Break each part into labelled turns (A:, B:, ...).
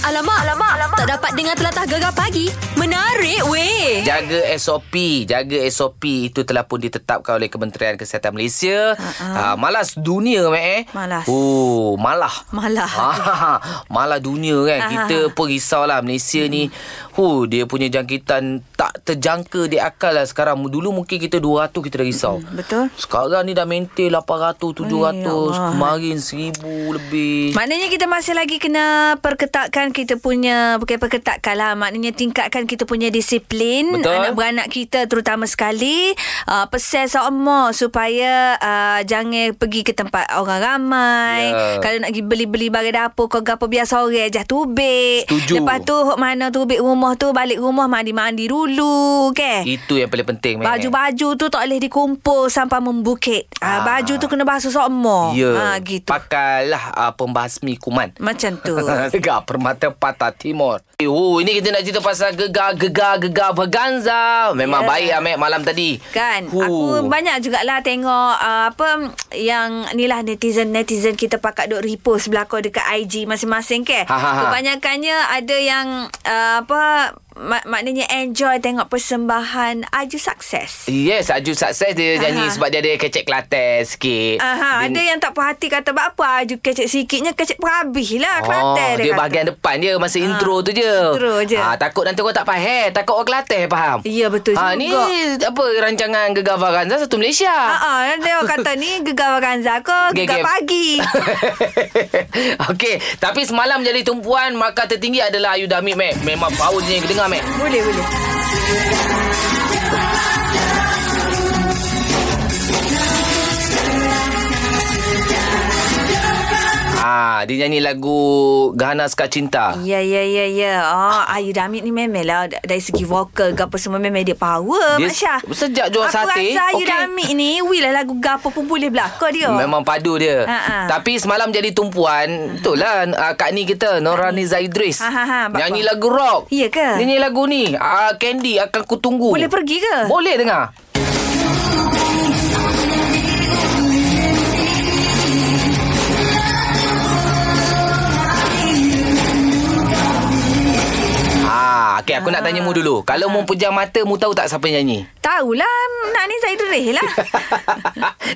A: Alamak, alamak, alamak. Tak dapat dengar telatah gegar pagi. Menarik weh.
B: Jaga SOP Jaga SOP Itu telah pun ditetapkan oleh Kementerian Kesihatan Malaysia uh-huh. uh, Malas dunia Mek eh
A: Malas.
B: Oh Malah
A: Malah.
B: ah, Malah dunia
A: Ah.
B: kan uh-huh. Kita pun risaulah Malaysia hmm. ni huh, Dia punya jangkitan Tak terjangka di akal lah sekarang Dulu mungkin kita 200 kita dah risau
A: Mm, betul.
B: Sekarang ni dah maintain 800, 700
A: Ya Allah.
B: Kemarin 1000 lebih
A: Maknanya kita masih lagi kena perketatkan kita punya bukan perketatkan lah maknanya tingkatkan kita punya disiplin
B: Betul.
A: anak beranak kita terutama sekali uh, pesel sama supaya uh, jangan pergi ke tempat orang ramai
B: Ya.
A: kalau nak pergi beli-beli barang dapur kau gapo biasa orang je tubik
B: Setuju.
A: lepas tu hok mana tubik rumah tu balik rumah mandi-mandi dulu ke
B: Itu yang paling penting Mek.
A: Baju-baju tu tak boleh dikumpul sampai membukit. Ah.
B: Ah.
A: Baju tu kena basuh semua.
B: Ya
A: Ah, gitu.
B: Pakailah uh, pembasmi kuman
A: Macam tu.
B: Gegar Permata Patah Timur Eh, Oh, ini kita nak cerita pasal gegar, gegar, gegar Berganza
A: Ya.
B: Memang yeah. baik Ahmed malam tadi
A: Kan Ooh. Aku banyak jugalah tengok uh, Apa Yang ni lah netizen-netizen Kita pakat duk repost Belakang dekat IG masing-masing ke
B: Ha, ha, ha.
A: Kebanyakannya Ada yang uh, Apa mak- Maknanya enjoy Tengok persembahan Aju sukses
B: Yes, Aju sukses dia nyanyi
A: Aha.
B: sebab dia ada kecek Kelantan sikit.
A: Aha, ada
B: dia,
A: yang tak puas hati kata "Buat apa Aju kecek sikitnya kecek perabih lah
B: Oh,
A: Kelantan
B: dia,
A: kata.
B: bahagian depan dia masa intro tu je.
A: intro je.
B: Ah, takut nanti kau tak faham, takut orang Kelantan faham.
A: Ya, betul
B: Ah,
A: juga.
B: ni apa rancangan Gegar Vaganza satu Malaysia.
A: Ha dia orang kata ni gegar Vaganza ke gegar
B: Gegem.
A: pagi.
B: Okey, tapi semalam jadi tumpuan markah tertinggi adalah Ayu Damit, Mac. Memang power dia yang dengar, Mac.
A: boleh boleh.
B: Ah, dia nyanyi lagu Gahana Suka Cinta.
A: Ya, ya, ya, ya. Oh, Ayu Damit ni memang lah da- dari segi vokal ke apa semua memang dia power,
B: Dia
A: Mak Syah.
B: se- sejak jual
A: Aku
B: sate,
A: rasa Ayu
B: okey.
A: Damit ni, weh lah lagu gapo pun boleh belakang dia.
B: Memang padu dia.
A: Ha, ha.
B: Tapi semalam jadi tumpuan, itulah uh, Kak Ni kita, Norani Zaidris.
A: Ha, ha, ha, bapa.
B: Nyanyi lagu rock.
A: Iya ke?
B: Dia nyanyi lagu ni, uh, Candy akan ku tunggu.
A: Boleh pergi ke?
B: Boleh dengar. Ah, okay, aku nak tanya mu dulu. Kalau mu pejam mata, mu tahu tak siapa yang nyanyi?
A: Tahulah, nak ni saya derih lah.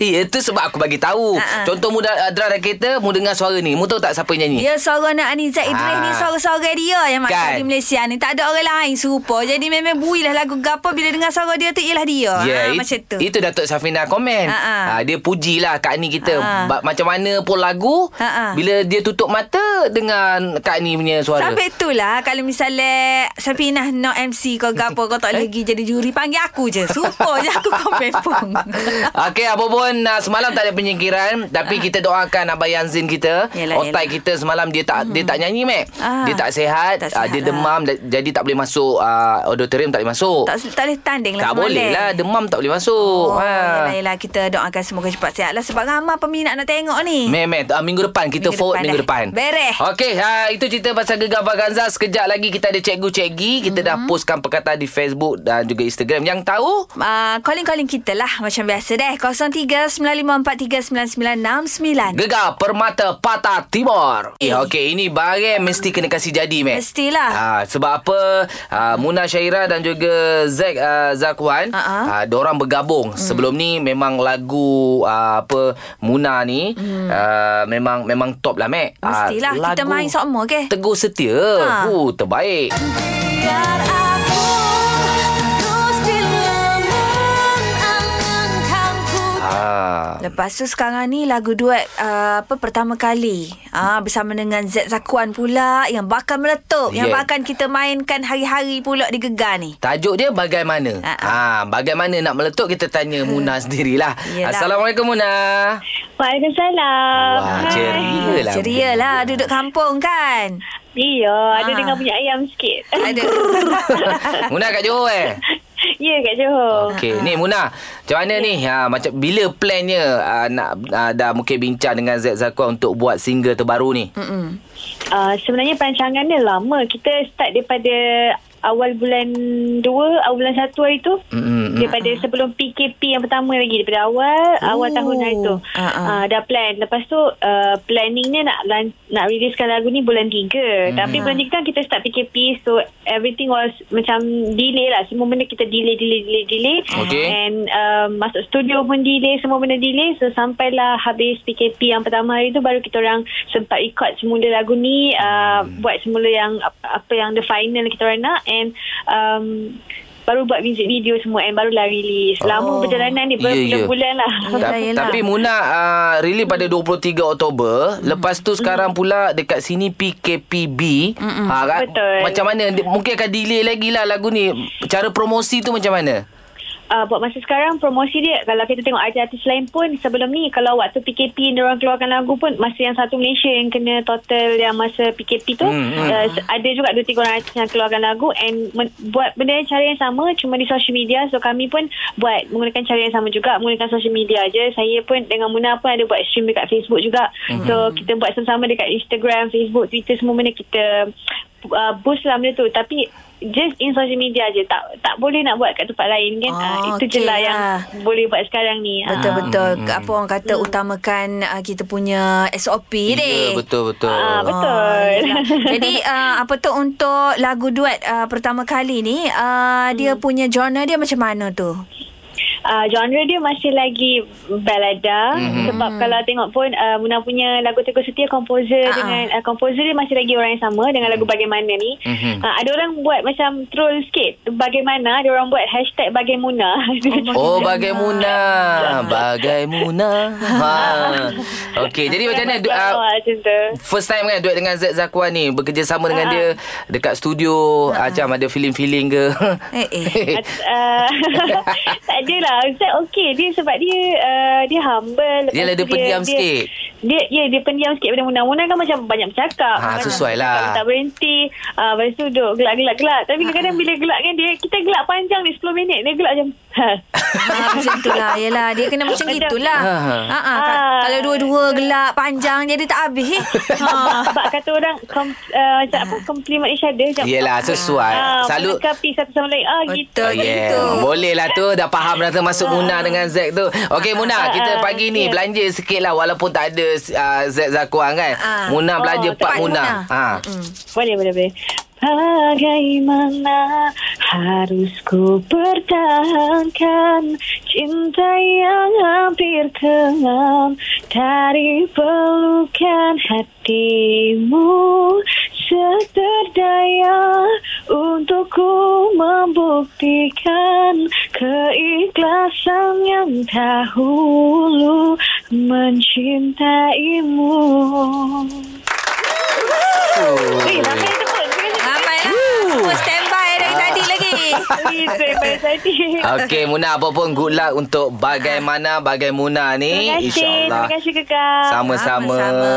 B: ya, itu sebab aku bagi tahu.
A: Ha, ha.
B: Contoh mu dah drive dalam kereta, mu dengar suara ni. Mu tahu tak siapa yang nyanyi?
A: Dia seorang Ya, nak Aniza Idris
B: Ah.
A: ni Suara-suara dia Yang makan
B: Kan.
A: di Malaysia ni Tak ada orang lain serupa Jadi memang builah lagu gapo Bila dengar suara dia tu Ialah dia ha,
B: Ya, it-
A: Macam tu
B: Itu Datuk Safina komen.
A: Ha, ha.
B: Ah, dia pujilah Kak Ni kita.
A: Ha, ha.
B: Ba- Macam mana pun lagu,
A: Ha, ha.
B: bila dia tutup mata dengan Kak Ni punya suara.
A: Sampai itulah Kalau misalnya Sapinah no MC Kau gapo Kau tak
B: Eh?
A: boleh pergi jadi juri Panggil aku je Supo je aku komen pun
B: Okey, apa pun uh, semalam tak ada penyingkiran tapi kita doakan Abang Yanzin kita,
A: Yalah,
B: otak kita semalam dia tak dia tak nyanyi mek.
A: Ah.
B: dia tak sihat,
A: Tak
B: ah,
A: sihat
B: dia
A: lah.
B: demam da- jadi tak boleh masuk uh, auditorium tak boleh masuk.
A: tak, tak boleh tanding lah
B: tak
A: semalam.
B: boleh lah demam tak boleh masuk.
A: Oh,
B: ha.
A: yelah, yelah, kita doakan semoga cepat sihat lah Sebab ramai peminat nak tengok ni
B: Meh, meh. Uh, minggu depan kita
A: Minggu
B: forward
A: depan
B: minggu
A: dah.
B: depan.
A: Beres.
B: Okey, ha, itu cerita pasal Gegar Vaganza. Sekejap lagi kita ada Cikgu Cikgi. Kita mm-hmm. dah
A: Mhm.
B: postkan perkataan di Facebook dan juga Instagram. Yang tahu,
A: Uh, calling-calling kita lah Macam biasa deh 03-9543-9969
B: Gegar Permata Patah Timur. Eh, okey, ini barang mesti kena kasih jadi, meh.
A: Mestilah
B: Ha, sebab apa ha,
A: Hmm.
B: Muna Syaira dan juga Zack uh, Zakwan
A: Ha, ha.
B: ha, Diorang bergabung
A: Hmm.
B: Sebelum ni memang lagu uh, apa Muna ni uh, Memang memang top lah Mac Ah,
A: Hmm. Mestilah Kita
B: lagu
A: main sokmo ke
B: Teguh Setia
A: Ha.
B: ha. uh, Terbaik
A: Biar aku terus di lengan angankanku.
B: ha.
A: Lepas tu sekarang ni lagu duet uh, apa pertama kali uh, bersama dengan Z Zakuan pula yang bakal meletup yang
B: Yeah.
A: bakal kita mainkan hari-hari pula di Gegar ni.
B: Tajuk dia bagaimana
A: Ha, ha.
B: ha, Bagaimana nak meletup Kita tanya Muna sendirilah
A: Yelah.
B: Assalamualaikum Muna
C: Waalaikumsalam.
B: Wah,
C: Hai.
B: ceria lah
A: Ceria
B: mungkin.
A: lah duduk kampung kan.
C: Iya, ada
A: Ah.
C: dengar bunyi ayam sikit.
A: Ada.
B: Muna kat Johor eh
C: ya, kat Johor.
B: Okey, ni Muna. Macam mana ni? Ha, macam bila plannya uh, nak uh, dah mungkin bincang dengan Z Zakwa untuk buat single terbaru ni?
A: Mm-mm.
B: Ah.
C: Ah, Uh, sebenarnya perancangan dia lama. Kita start daripada awal bulan 2, awal bulan 1 hari tu.
B: Mm-mm.
C: Daripada
A: Ah.
C: sebelum PKP yang pertama lagi daripada awal
A: Oh.
C: awal tahun hari tu.
A: Ah, ah.
C: Ah, dah plan. Lepas tu uh, planningnya nak lan- nak riliskan lagu ni bulan 3. Tapi bulan 3 kan kita start PKP so everything was macam delay lah. Semua benda kita delay delay delay delay.
B: Okay.
C: And um, masuk studio pun delay, semua benda delay. So sampailah habis PKP yang pertama hari tu baru kita orang sempat record semula lagu ni, uh,
B: Hmm.
C: buat semula yang ap- apa yang the final kita orang nak and um, baru buat music video semua and barulah release. Lama
A: Oh.
C: perjalanan ni
B: Ya, ya.
C: berbulan-bulan lah.
A: Yelah,
B: Ta-
A: yelah.
B: Tapi Muna uh, rilis pada 23 Oktober. Lepas tu sekarang pula dekat sini PKPB. Mm-mm. Ha, kan?
C: Betul.
B: Macam mana? Di- Mungkin akan delay lagi lah lagu ni. Cara promosi tu macam mana?
C: uh, buat masa sekarang promosi dia kalau kita tengok artis-artis lain pun sebelum ni kalau waktu PKP dia orang keluarkan lagu pun masa yang satu Malaysia yang kena total yang masa PKP tu
B: Hmm,
C: hmm,
B: hmm.
C: Uh, ada juga dua tiga orang artis yang keluarkan lagu and men- buat benda yang cara yang sama cuma di social media so kami pun buat menggunakan cara yang sama juga menggunakan social media je saya pun dengan Muna pun ada buat stream dekat Facebook juga hmm. so kita buat sama-sama dekat Instagram Facebook Twitter semua benda kita uh, boost lah benda tu tapi just in social media je tak tak boleh nak buat kat tempat lain kan
A: Ah,
C: ah, itu je
A: okey
C: lah yang
A: lah.
C: boleh buat sekarang ni Ah.
A: Betul-betul hmm. apa orang kata utamakan uh, kita punya SOP deh.
B: Ya, betul-betul.
C: Ah, betul.
A: yelah. Jadi uh, apa tu untuk lagu duet uh, pertama kali ni uh, dia punya genre dia macam mana tu?
C: uh, genre dia masih lagi balada mm-hmm. sebab kalau tengok pun uh, Muna punya lagu Teguh Setia
A: Ah.
C: komposer uh-huh. dengan uh, komposer dia masih lagi orang yang sama dengan lagu Bagaimana ni
B: Mhm.
C: mm-hmm. uh, ada orang buat macam troll sikit Bagaimana dia orang buat hashtag Bagaimuna
B: Oh, bagai Muna. Bagai Muna. Ha. Okey, jadi macam mana? Du-
C: uh,
B: Uh,
C: macam tu
B: First time kan duet dengan Z Zakwan ni Bekerjasama dengan dia Dekat studio Macam ada feeling-feeling ke
A: Eh, eh.
C: Uh, tak adalah Ustaz okey dia sebab dia uh, dia humble Lepas
B: Dia lah
C: tu
B: dia pendiam sikit.
C: dia, dia ya dia pendiam sikit pada Muna-Muna kan macam banyak bercakap
B: Ha,
C: Banyak
B: sesuai lah. Ha.
C: bercakap, tak berhenti uh, lepas tu duduk gelak-gelak-gelak tapi kadang-kadang bila gelak kan dia kita gelak panjang ni 10 minit dia gelak macam ha.
A: Ha, macam itulah Yelah dia kena macam
C: Macam-
A: gitulah
B: Ha, ha.
A: ha, ha. ka-
C: Ah.
A: Kalau dua-dua gelap panjang Jadi tak habis eh. ha.
C: sebab kata orang kom, uh, macam apa compliment each other macam,
B: Yelah sesuai
C: ah,
B: Selalu
C: melengkapi satu sama lain ah gitu
A: Betul.
B: Oh, yeah.
A: gitu.
B: Boleh lah tu Dah faham dah termasuk Muna dengan Zack tu Okey Muna Kita
C: ah,
B: pagi ni
C: yeah.
B: Belanja sikit lah Walaupun tak ada uh, Zack Zakuan kan
A: Ah.
B: Muna
C: Oh,
B: belanja
C: tempat
B: Pak Muna,
A: Muna.
B: Ha.
C: Boleh, boleh, boleh. Bagaimana harus ku pertahankan cinta yang hampir tengam dari pelukan hatimu seterdaya untuk ku membuktikan keikhlasan yang dahulu mencintaimu. Eh, ramai yang tepuk. Terima kasih.
A: Ramai lah Semua stand by dari
B: Ah.
A: tadi lagi
C: Please, terima kasih.
B: Okey Muna Apa pun good luck Untuk bagaimana Bagai Muna ni
C: Terima kasih.
B: InsyaAllah
C: Terima kasih, Kakak.
B: Sama-sama.
A: Sama-sama.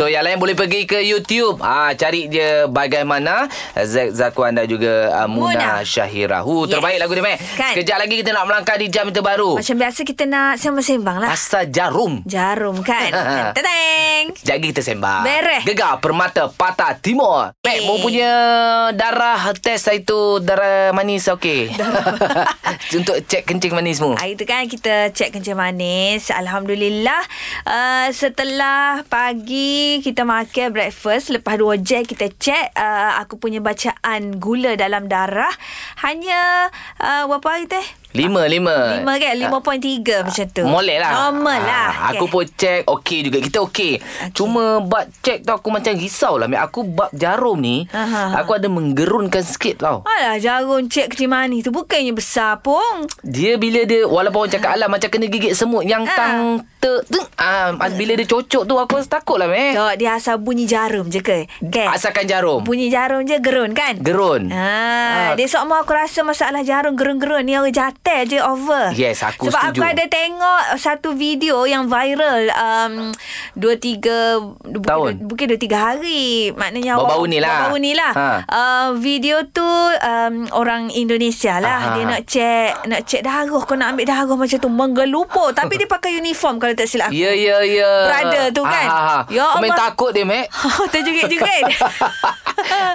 B: So yang lain boleh pergi ke YouTube. Ah cari je bagaimana Zack Zakuan dan juga uh, Muna,
A: Muna.
B: Syahira. Hu
A: Yes.
B: terbaik lagu ni meh.
A: Kan?
B: Sekejap lagi kita nak melangkah di jam terbaru.
A: Macam biasa kita nak sembang-sembang lah
B: Pasar jarum.
A: Jarum kan
B: Ah,
A: Tadang
B: Sekejap lagi kita sembang.
A: Beres.
B: Gegar Permata Patah Timur. Mek, mu punya darah test saya tu darah manis okey. Untuk cek kencing manismu.
A: Hari tu kan kita cek kencing manis. Alhamdulillah. Uh, setelah pagi kita makan breakfast. Lepas dua jam kita cek. Uh, aku punya bacaan gula dalam darah. Hanya uh, berapa hari teh?
B: Lima, lima.
A: Lima kan? 5.3 macam tu.
B: Molek Ah. lah
A: Normal lah.
B: Ah, Aku pun check Okey juga Kita okey okay. Cuma buat check tu Aku macam risau lah Mek. Aku bab jarum ni
A: Aha.
B: Aku ada menggerunkan sikit tau
A: Alah jarum cek kencing manis tu bukannya besar pun.
B: Dia bila dia Walaupun orang cakap Alah macam kena gigit semut Yang
A: Ah.
B: tang te, te, ah, Bila dia cocok tu Aku rasa takut lah meh
A: Tak, dia asal bunyi jarum je ke? Kan?
B: Asalkan jarum
A: Bunyi jarum je gerun kan?
B: Gerun
A: Ha,
B: Ah.
A: dia sok mau aku rasa masalah jarum gerun-gerun ni orang jatah je over.
B: Yes, aku
A: Sebab
B: setuju.
A: aku ada tengok satu video yang viral um, dua tiga bukan
B: Tahun.
A: dua- Bukan dua tiga hari. Maknanya awak-
B: Baru-baru ni lah.
A: Baru-baru ni lah.
B: Ha.
A: Uh, video tu um, orang Indonesia lah.
B: Aha.
A: Dia nak cek nak cek darah. Kau nak ambil darah macam tu menggelupur. Tapi dia pakai uniform kalau tak silap aku.
B: Ya ya ya
A: Brother tu kan?
B: ah, ah, ah.
A: Ya
B: Kau main
A: Allah.
B: takut dia Mek
A: Terjungkit-jungkit.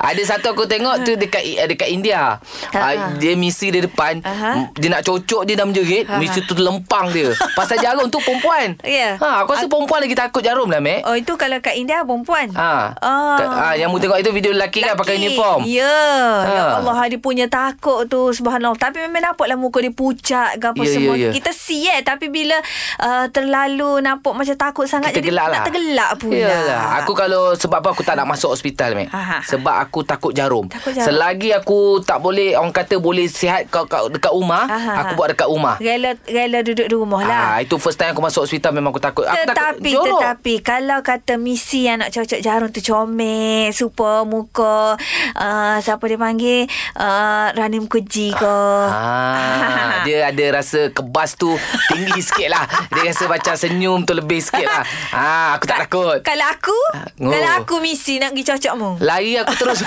B: Ada satu aku tengok tu dekat eh, dekat India.
A: Ha.
B: Uh, dia misi di depan,
A: Aha.
B: dia nak cocok dia dah menjerit,
A: Ha.
B: misi tu terlempang dia. Pasal jarum tu perempuan.
A: Ya.
B: Ha, aku rasa perempuan lagi takut jarum lah, Mek.
A: Oh itu kalau kat India perempuan.
B: Ha.
A: Ah.
B: Kat- ha yang mu tengok itu video lelaki, kan pakai uniform.
A: Ya. Yeah. Ya
B: Ha.
A: Allah dia punya takut tu subhanallah. Tapi memang nampaklah muka dia pucat ke apa
B: Ya, ya,
A: semua.
B: ya.
A: Kita see eh tapi bila uh, terlalu nampak macam takut sangat
B: Kita
A: jadi
B: gelak
A: nak
B: lah.
A: tergelak pula.
B: Yalah. Aku kalau sebab apa aku tak nak masuk hospital Mek.
A: Ha, ha.
B: Sebab aku takut jarum.
A: Takut jarum.
B: Selagi aku tak boleh orang kata boleh sihat kau, kau dekat rumah,
A: Ha, ha,
B: aku
A: ha.
B: buat dekat rumah.
A: rela rela duduk di rumah lah.
B: Ah, itu first time aku masuk hospital memang aku takut. Aku
A: Tetapi
B: takut jorok.
A: tetapi kalau kata misi yang nak cocok jarum tu comel, super muka uh, siapa dia panggil uh, Rani Mukerji ke.
B: Ah, dia ada rasa kebas tu tinggi sikit lah. Dia rasa macam senyum tu lebih sikit lah. Ah, aku tak takut.
A: Kalau aku,
B: Oh.
A: kalau aku misi nak pergi cocok mu.
B: Lari aku terus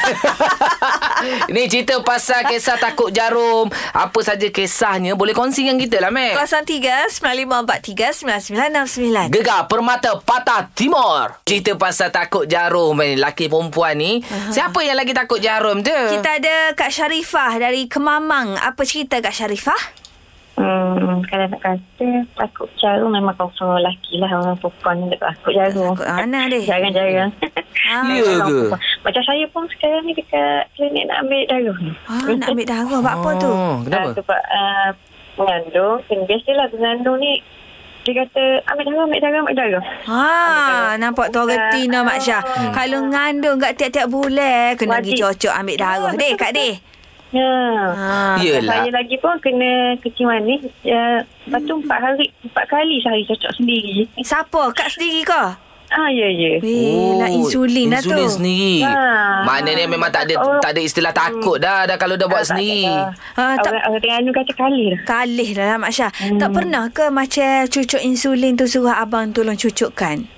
B: Ni cerita pasal Kisah takut jarum Apa saja kisahnya Boleh kongsi dengan kita lah Mac
A: 03-9543-9969
B: Gegar Permata Patah Timur Cerita pasal takut jarum ni Laki perempuan ni Siapa yang lagi takut jarum tu?
A: Kita ada Kak Syarifah dari Kemamang. Apa cerita Kak Syarifah?
C: Hmm, kalau nak kata takut jarum memang confirm orang lelaki lah orang perempuan yang tak takut jarum.
A: Takut anak dia.
C: Jarang-jarang.
A: Ah.
B: Ya ke?
C: Macam saya pun sekarang ni dekat klinik nak ambil darah.
A: Ah, nak ambil darah buat apa tu?
B: Oh, Kenapa?
C: Ah, sebab uh, mengandung. Kan Biasalah mengandung ni dia kata ambil darah, ambil darah, ambil darah.
B: Ah.
A: Ha, nampak tu orang Tina Mak Syah.
B: Hmm.
A: Kalau ngandung kat tiap-tiap bulan, kena pergi
C: Wajib.
A: cocok ambil darah. Deh, Kak Deh.
C: Ya.
A: Ha.
B: Ya. Yelah.
C: Saya lagi pun kena kencing manis. Uh, lepas tu empat hari, empat kali sehari cocok sendiri.
B: Ya.
A: Siapa? Kak sendiri ke?
C: Ah, ya, ya.
A: Weh, lah insulin lah tu.
B: Oh, Insulin sendiri
C: Ah.
B: Maknanya memang tak ada
C: Oh.
B: Tak ada istilah takut dah Dah kalau dah buat
C: Ah, tak
B: sendiri
C: ada.
A: Ah, tak-
C: Orang, orang Terengganu kata kali lah.
A: Kalih dah lah Mak Syah. Tak pernah ke macam cucuk insulin tu suruh abang tolong cucukkan?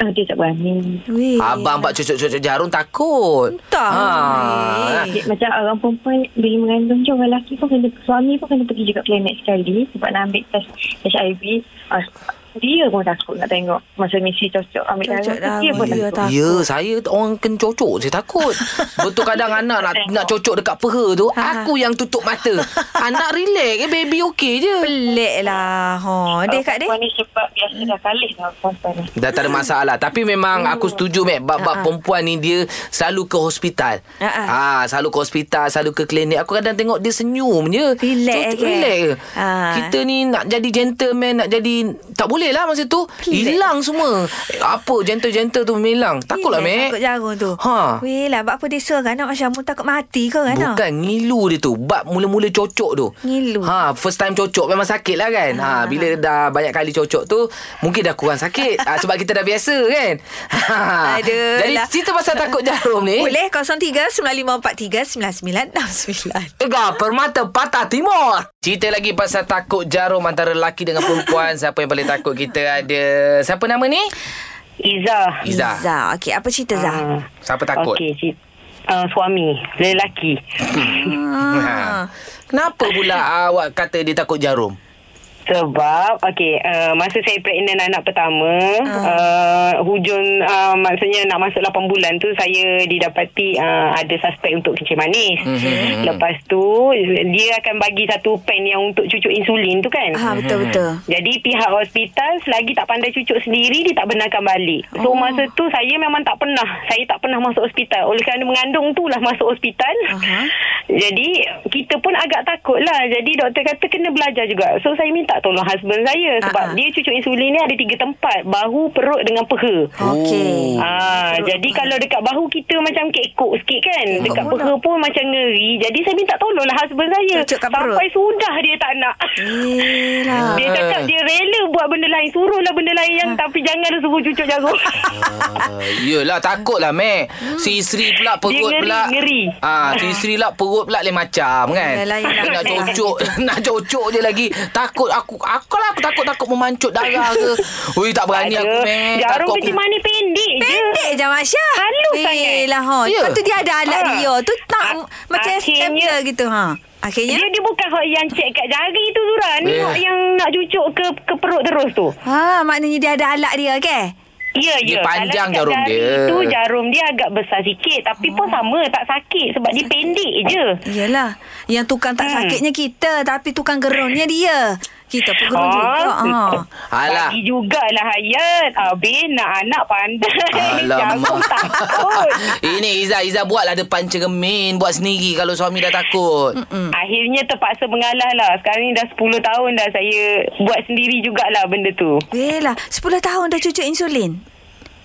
C: Ah, dia tak berani.
A: Weh.
B: Abang buat cucuk-cucuk jarum takut
A: Eh.
B: Ha.
A: Entah.
B: Ah.
A: Weh.
C: Dia, macam orang perempuan bila mengandung je orang lelaki pun kena suami pun kena pergi juga klinik sekali sebab nak ambil tes HIV. Ah, dia pun takut nak tengok masa misi cocok ambil
A: Cocok
C: darah. Dia
A: darah,
C: pun
A: dia
C: takut.
A: Takut.
B: Ya, saya t- orang kena cocok. Saya takut. Betul kadang anak nak, nak cocok dekat peha tu,
A: Ha.
B: aku yang tutup mata. anak relax, eh, baby okey je.
A: Pelik lah. Ha, deh Kak Deh.
C: Perempuan ni Ah, sebab biasa dah kalih lah perempuan ni.
B: Dah tak ada masalah Tapi memang
A: Oh.
B: aku setuju Mac
A: Ha,
B: Bab-bab perempuan ni Dia selalu ke hospital
A: Ha-ha.
B: ha, Selalu ke hospital Selalu ke klinik Aku kadang tengok dia senyum je
A: Relax
B: Cucuk-
A: ke?
B: Relax je
A: Ha.
B: Kita ni nak jadi gentleman Nak jadi Tak boleh lah masa tu Hilang semua Apa gentle-gentle tu hilang Takutlah Mac
A: Takut jarum tu.
B: lah, Ha.
A: Weh lah, buat apa dia suruh kan nak Mak Syah? Mu takut mati ke kan? nak?
B: Bukan ngilu dia tu Bab mula-mula cocok tu
A: Ngilu. Ah.
B: Ha first time cocok Memang sakit lah kan ha, Bila dah banyak kali cocok tu Mungkin dah kurang sakit ha, Sebab kita dah biasa kan ha.
A: Aduh
B: Jadi
A: lah.
B: cerita pasal takut jarum ni
A: Boleh 03-9543-9969
B: Tegar Permata Patah Timur Cerita lagi pasal takut jarum Antara lelaki dengan perempuan Siapa yang paling takut kita ada Siapa nama ni?
D: Iza.
B: Iza.
A: Iza Okey apa cerita Iza?
D: Ah,
B: Siapa takut?
D: Okey, si uh,
C: ah,
D: suami lelaki.
A: Ah.
B: Ha. Kenapa pula awak kata dia takut jarum?
D: Sebab okey uh, masa saya pregnant anak pertama uh, hujung uh, maksudnya nak masuk 8 bulan tu saya didapati uh, ada suspek untuk kencing manis.
B: Mhm.
D: Lepas tu dia akan bagi satu pen yang untuk cucuk insulin tu kan.
A: Ha
B: Hmm.
A: betul-betul
D: Jadi pihak hospital selagi tak pandai cucuk sendiri dia tak benarkan balik. So oh.
A: Oh.
D: masa tu saya memang tak pernah. Saya tak pernah masuk hospital. Oleh kerana mengandung tu lah masuk hospital.
A: Aha.
D: Jadi kita pun agak takut lah. Jadi doktor kata kena belajar juga. So saya minta tolong husband saya sebab
A: Aha.
D: dia cucuk insulin ni ada tiga tempat. Bahu, perut dengan peha.
B: Oh.
A: Okey
D: Ah, jadi kalau dekat bahu kita macam kekok sikit kan. Dekat
A: pula.
D: peha pun macam ngeri. Jadi saya minta tolonglah husband saya.
A: Cucuk kat perut.
D: Sampai sudah dia tak nak.
A: Eh
B: Ah.
A: lah
D: Dia cakap dia rela buat benda lain. Suruhlah benda lain yang tapi janganlah suruh cucuk jarum.
B: Ah, Yelah takutlah Mac Si isteri pula perut
D: ngeri,
B: pula
D: ngeri.
B: Ah, Si isteri pula perut pula lain macam kan
A: Yelah, yelah.
B: Dia nak cocok Nak cocok je lagi Takut aku Aku lah aku takut-takut memancut darah ke Ui tak berani aku
D: Ada.
B: Mac
D: Jarum
B: Takut aku
D: kecil manis pendek, je.
A: Pendek je Masya
D: Halus sangat.
A: lah ha.
B: Ya.
A: ya? Lepas tu dia ada alat
D: Ha.
A: dia Tu tak
D: A-
A: macam
D: akhirnya-
A: stapler gitu ha. Akhirnya
D: Dia, dia bukan hot yang cek kat jari tu Zura. Ni
B: ya. Eh.
D: hot yang nak cucuk ke ke perut terus tu.
A: Ha maknanya dia ada alat dia ke
D: Ya,
B: Dia
D: ya.
B: panjang
D: Kalau
B: jarum
D: dekat jari
B: dia. Oh.
D: tu jarum dia agak besar sikit. Tapi pun sama, tak sakit sebab dia pendek je.
A: Yelah. Yang tukang
D: Hmm.
A: tak sakitnya kita. Tapi tukang gerunnya dia. Kita pun
C: Oh.
A: gerun juga. Ha.
B: ah. Alah.
D: Bagi Ah. jugalah Hayat. Habis nak anak pandai. Jarum
B: Alamak.
D: takut.
B: Ini Iza Iza buatlah depan cermin Buat sendiri Kalau suami dah takut
A: Hmm.
D: Akhirnya terpaksa mengalah lah. Sekarang ni dah 10 tahun dah saya buat sendiri jugalah benda tu.
A: Yelah. 10 tahun dah cucuk insulin.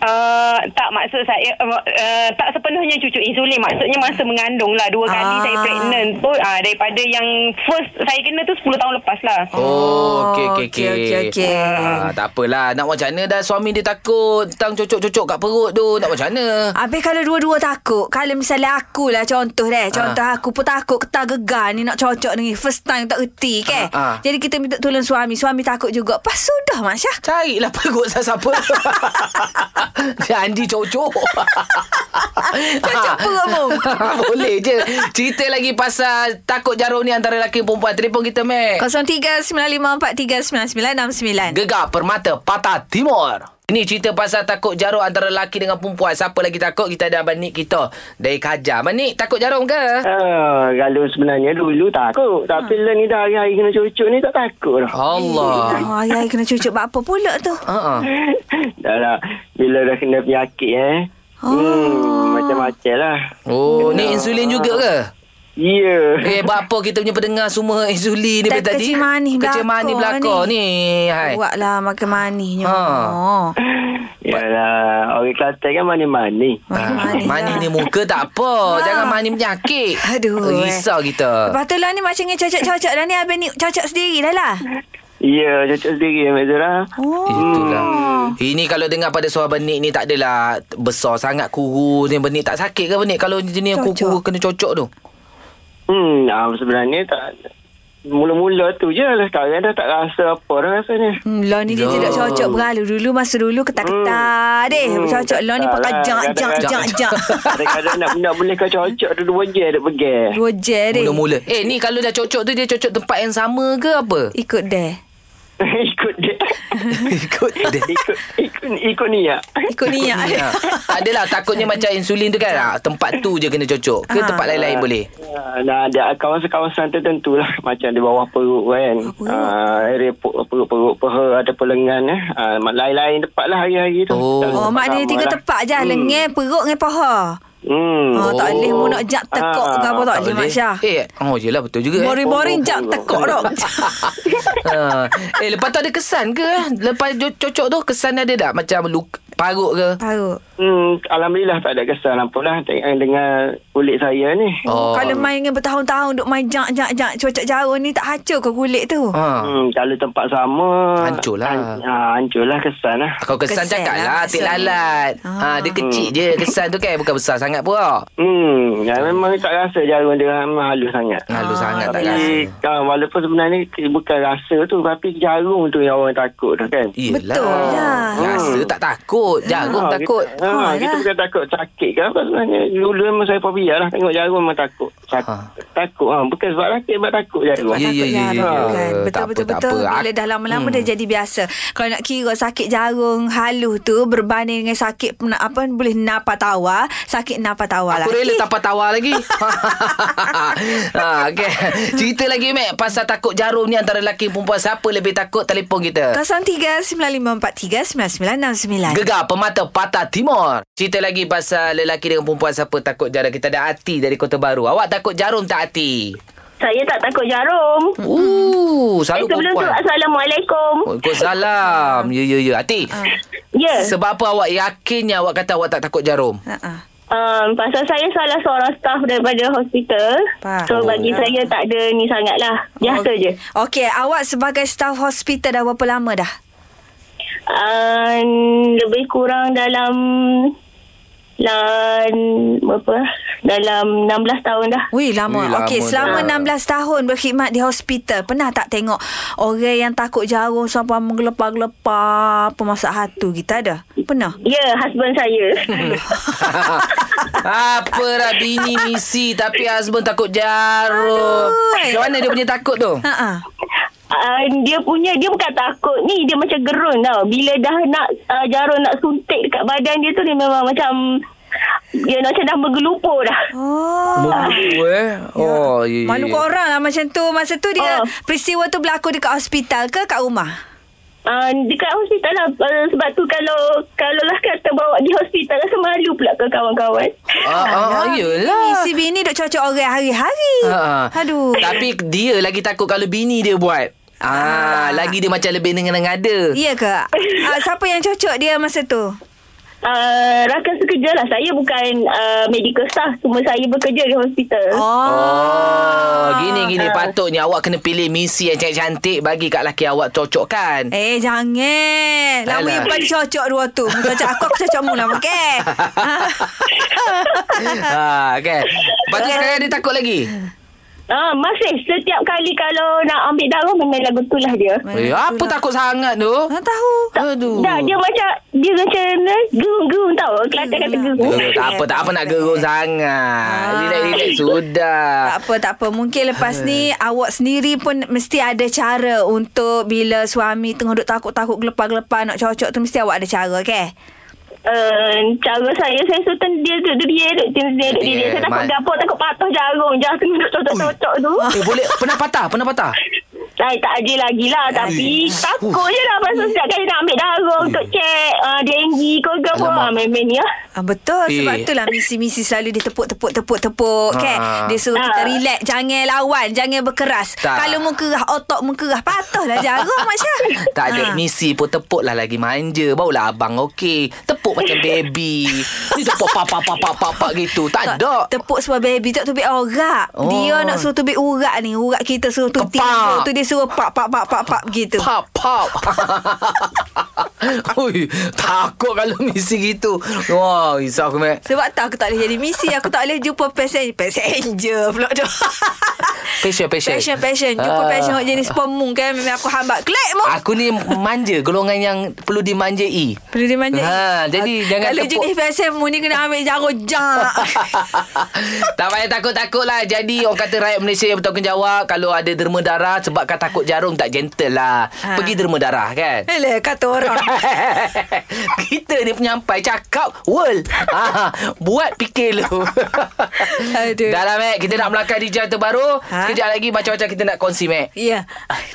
D: Uh, tak maksud saya uh, uh, tak sepenuhnya cucu insulin maksudnya masa mengandung lah dua kali
A: Ah.
D: saya pregnant tu uh, daripada yang first saya kena tu 10 tahun lepas lah
A: Oh,
B: Oh, okey okey okey.
A: okey, okey, okey.
B: Ah, tak apalah. Nak macam mana dah suami dia takut tang cucuk-cucuk kat perut tu. Nak macam mana?
A: Habis kalau dua-dua takut Kalau misalnya akulah contoh deh Contoh
B: Ah.
A: aku pun takut Ketar gegar ni nak cocok ni First time tak erti ke
B: Ah, ah.
A: Jadi kita minta tolong suami Suami takut juga Pas sudah Mak Syah
B: Carilah perut siapa-siapa. Janji cucuk.
A: Cucuk perut pun.
B: Boleh je. Cerita lagi pasal takut jarum ni antara lelaki dan perempuan. Telefon kita, Mac.
A: 0395439969
B: Gegar Permata Patah Timur. Ini cerita pasal takut jarum antara lelaki dengan perempuan. Siapa lagi takut? Kita ada Abang Nik kita. Dari Kajar. Abang Nik, takut jarum ke?
E: Ah, kalau sebenarnya dulu takut.
A: Hmm.
E: Tapi ha. ni dah hari-hari kena cucuk ni tak takut lah. dah.
B: Allah.
A: Oh, ayah kena cucuk buat apa pula tu?
B: Uh-uh.
E: dah lah. Bila dah kena penyakit eh.
A: Oh.
E: Hmm, macam-macam lah.
B: Oh, ni insulin juga ke?
E: Ya.
B: Eh, buat apa kita punya pendengar semua insulin ni
A: Dah
B: dari tadi?
A: kecil manis
B: Kecil
A: belakang
B: manis belakang ni. Hai.
A: Buatlah makan manisnya.
B: Ha.
A: Oh.
E: Yalah, orang kata kan mana-mana.
B: Ah,
A: Manis
B: manis
A: lah.
B: ni muka tak apa. Jangan manis penyakit.
A: Aduh.
B: Risau
A: eh.
B: kita.
A: Lepas tu lah ni macam ni cocok-cocok dah ni. Abang ni cocok sendiri dah lah.
E: Ya, cucuk sendiri Mak Zura.
A: Oh.
B: Itulah. Ini kalau dengar pada suara benik ni tak adalah besar sangat kuru ni benik tak sakit ke benik kalau jenis
A: Cocok.
B: kuru kena cocok tu.
E: Hmm, ah, sebenarnya tak... Mula-mula tu je lah. Sekarang dah tak rasa apa dah rasanya.
A: Hmm, Lon ni dia
B: Loh.
A: tidak cocok beralu dulu masa dulu ketak-ketak deh. Cocok Lon ni pakai
E: Hmm. Tak
A: jak jak
E: lah, kadang-kadang-
A: jak jak.
E: Kadang-kadang nak, nak boleh kau cocok tu dua je duk begel.
A: Dua je deh.
B: Mula-mula. Eh ni kalau dah cocok tu dia cocok tempat yang sama ke apa?
A: Ikut deh.
E: ikut dia.
B: Ikut dia.
E: ikut, ikut, ikut ni ya.
A: Ikut niat.
B: Ya. Tak adalah takutnya macam insulin tu kan ah, Tempat tu je kena cocok Ke
A: Ah.
B: tempat lain-lain boleh
E: Ah, Nah, ada kawasan-kawasan tertentu lah. Macam di bawah perut kan. Uh, area pu- perut-perut peha ada lengan. Eh. Uh, lain-lain tempat lah hari-hari tu.
B: Oh.
E: Tak
A: Oh,
E: tempat
A: maknanya
E: sama
A: tiga
E: lah.
A: tepat je.
E: Hmm.
A: Lengan, perut dengan paha.
E: Hmm.
A: Oh, tak boleh mu nak jak tekok
E: Ah,
A: ke apa tak boleh, Mak Syah.
B: Eh oh yelah betul juga eh.
A: Boring-boring jak tekok dok.
B: ha. Eh lepas tu ada kesan ke eh? Lepas jo- cocok tu kesan ada tak Macam luk, parut ke
A: Parut.
E: Hmm, Alhamdulillah tak ada kesan apa lah dengan, dengan kulit saya ni.
A: Oh.
B: Oh.
A: Kalau main dengan bertahun-tahun duk main jak jak jak cocok jauh ni tak hancur ke kulit tu?
B: ha.
E: Hmm, kalau tempat sama
B: Hancur lah.
E: han- ah, Hancur lah kesan lah
B: Kau kesan,
A: Kesan
B: cakap
A: lah,
B: lah,
A: maksud
B: Tik
A: ni.
B: lalat
A: Ah.
B: ha. Dia kecil je Kesan tu kan Bukan besar sangat pun
E: Hmm, ya, memang tak rasa jarum dia memang halus sangat.
B: Halus sangat tak rasa
E: Tapi ah, walaupun sebenarnya bukan rasa tu tapi jarum tu yang orang takut tu kan.
B: Yelah
A: Betul lah. Hmm.
B: Rasa tak takut Jarum
E: Ah,
B: takut lah.
E: Kita,
A: Alah.
E: ha, kita bukan takut sakit ke apa sebenarnya. Dulu memang saya fobia lah tengok jarum memang takut. Sak-
B: Ha.
E: Takut ha. bukan sebab sakit sebab takut jarum.
B: Ya, ya, ya, ya, ya.
A: Betul
B: Tak
A: betul
B: apa,
A: lah
B: tak
A: betul.
B: apa. hmm.
A: Bila dah lama-lama dah jadi biasa. Kalau nak kira sakit jarung halus tu berbanding dengan sakit pena- apa boleh napa tawa, sakit napa tawa lah.
B: Aku rela tapar tawar lagi ha, okay. Cerita lagi Mac Pasal takut jarum ni Antara lelaki dan perempuan Siapa lebih takut Telefon kita
A: 0395439969.
B: Gegar Pemata Patah Timur Cerita lagi pasal Lelaki dengan perempuan Siapa takut jarum Kita ada Ati dari Kota Baru Awak takut jarum tak Ati?
F: Saya tak takut jarum. Eh,
B: Uh, Selalu
F: sebelum tu,
B: perempuan
F: Assalamualaikum.
B: Waalaikumsalam Ya ya ya Ati
F: Ya,
B: Sebab apa awak yakinnya Awak kata awak tak takut jarum
A: Ha
F: um, pasal saya salah seorang staf daripada hospital.
A: Faham.
F: So, bagi saya tak ada ni sangatlah. Biasa je.
A: Okey, awak sebagai staf hospital dah berapa lama dah?
F: Um, lebih kurang dalam... Dan apa dalam 16 tahun dah.
A: Wih
B: Wih,
A: lama.
B: lama
A: Okey, selama
B: dah.
A: 16 tahun berkhidmat di hospital, pernah tak tengok orang yang takut jarum sampai menggelepar-gelepar pemasak hatu kita ada? Pernah?
F: Ya, husband saya.
B: Apa lah bini misi Tapi husband takut jarum Macam mana dia punya takut tu
A: Ha ah.
C: uh,
F: Um,
C: dia punya dia bukan takut ni dia macam gerun tau bila dah nak uh, jarum nak suntik dekat badan dia tu dia memang macam dia macam dah bergelupur dah
A: Oh.
B: Malu eh. Oh, ya. ya,
A: Malu
B: ya.
A: kat orang lah macam tu. Masa tu dia
C: Oh.
A: peristiwa tu berlaku dekat hospital ke kat rumah?
C: uh, dekat hospital lah uh, sebab tu kalau kalau lah kata bawa di hospital rasa malu pula ke kawan-kawan
B: Ah, ah, ah, yelah.
A: Si Ya, bini duk cocok orang hari-hari.
B: Ha.
A: Aduh.
B: Tapi dia lagi takut kalau bini dia buat. Ah, lagi dia macam lebih ngada-ngada.
A: Iya ke? Ah, siapa yang cocok dia masa tu?
C: uh, rakan sekerja lah saya bukan uh, medical staff cuma saya bekerja di
A: Oh.
C: hospital
B: Oh, gini gini patutnya awak kena pilih misi yang cantik-cantik bagi kat laki awak cocokkan.
A: Eh jangan Lama
B: Alah.
A: yang paling cocok dua tu Mu Cocok aku Aku cocok Ah, mu lah Okay
B: ha, kan. Lepas tu sekarang dia takut lagi.
C: Ah, masih setiap kali kalau nak ambil darah memang lagu tu lah dia.
B: Eh, apa takut sangat tu?
A: Tak tahu
B: Aduh.
C: Dah dia macam dia macam ni gerung-gerung tau.
B: Hmm.
C: Kelantan kata gerung.
B: Gerung, tak apa, tak apa nak gerung sangat.
A: Ah.
B: Relax-relax sudah.
A: Tak apa, tak apa. Mungkin lepas ni awak sendiri pun mesti ada cara untuk bila suami tengah duk takut-takut gelepar-gelepar nak cocok tu mesti awak ada cara, okey?
C: Uh, cara saya saya suruh dia duduk dia duduk dia dia duduk dia. Saya takut
B: Mat.
C: dapur takut patah jarum. Jangan kena duduk cocok-cocok tu.
B: Eh, boleh pernah patah, pernah patah.
C: Ay, tak aje lagi lah tapi takut je lah pasal setiap kali nak ambil darah untuk cek uh, denggi ke ke apa.
B: Alamak.
C: Ah, Main-main ni lah.
A: Ah, betul
B: Eh.
A: sebab itulah misi-misi selalu dia tepuk-tepuk-tepuk-tepuk kan
B: Ah.
A: dia suruh kita
C: Ah.
A: relax jangan lawan jangan berkeras
B: Tak.
A: kalau mu kerah otak mu kerah patahlah jarum Masya
B: Tak ada
A: Ah.
B: misi pun tepuk lah lagi manja. Barulah abang okey. Tepuk macam baby. Ni tepuk pak pak pak pak pak pak gitu. Tak ada.
A: Tepuk sebab baby tak tubik orak.
B: Oh.
A: Oh. Dia nak suruh tubik urat ni. Urat kita suruh tu
B: Kepak.
A: tidur. Tu dia suruh pak pak pak pak pak gitu.
B: Pop pop. Ui, takut kalau misi gitu. Wah, risau aku mek.
A: Sebab tu aku tak boleh jadi misi. Aku tak boleh jumpa passenger. Passenger pula tu.
B: Passion passion.
A: Passion, passion. Jumpa
B: Ah.
A: passion hok jenis pemung kan. Memang aku hambat. Kelek mu.
B: Aku ni manja, golongan yang perlu E. dimanjai.
A: Perlu dia manja.
B: Ha, jadi jangan
A: Kalau
B: tepuk.
A: jenis passion mu ni kena ambil jarum jak.
B: tak payah takut-takut lah Jadi orang kata rakyat Malaysia yang bertanggungjawab Kalau ada derma darah Sebabkan takut jarum tak gentle lah
A: Ha.
B: Pergi derma darah kan
A: Alah, kata orang.
B: Kita ni penyampai Cakap world ha, Buat fikir lu
A: Aduh.
B: Dah lah Mac Kita nak melangkah di jam terbaru
A: Ha?
B: Sekejap lagi macam-macam kita nak kongsi Mac
A: Ya.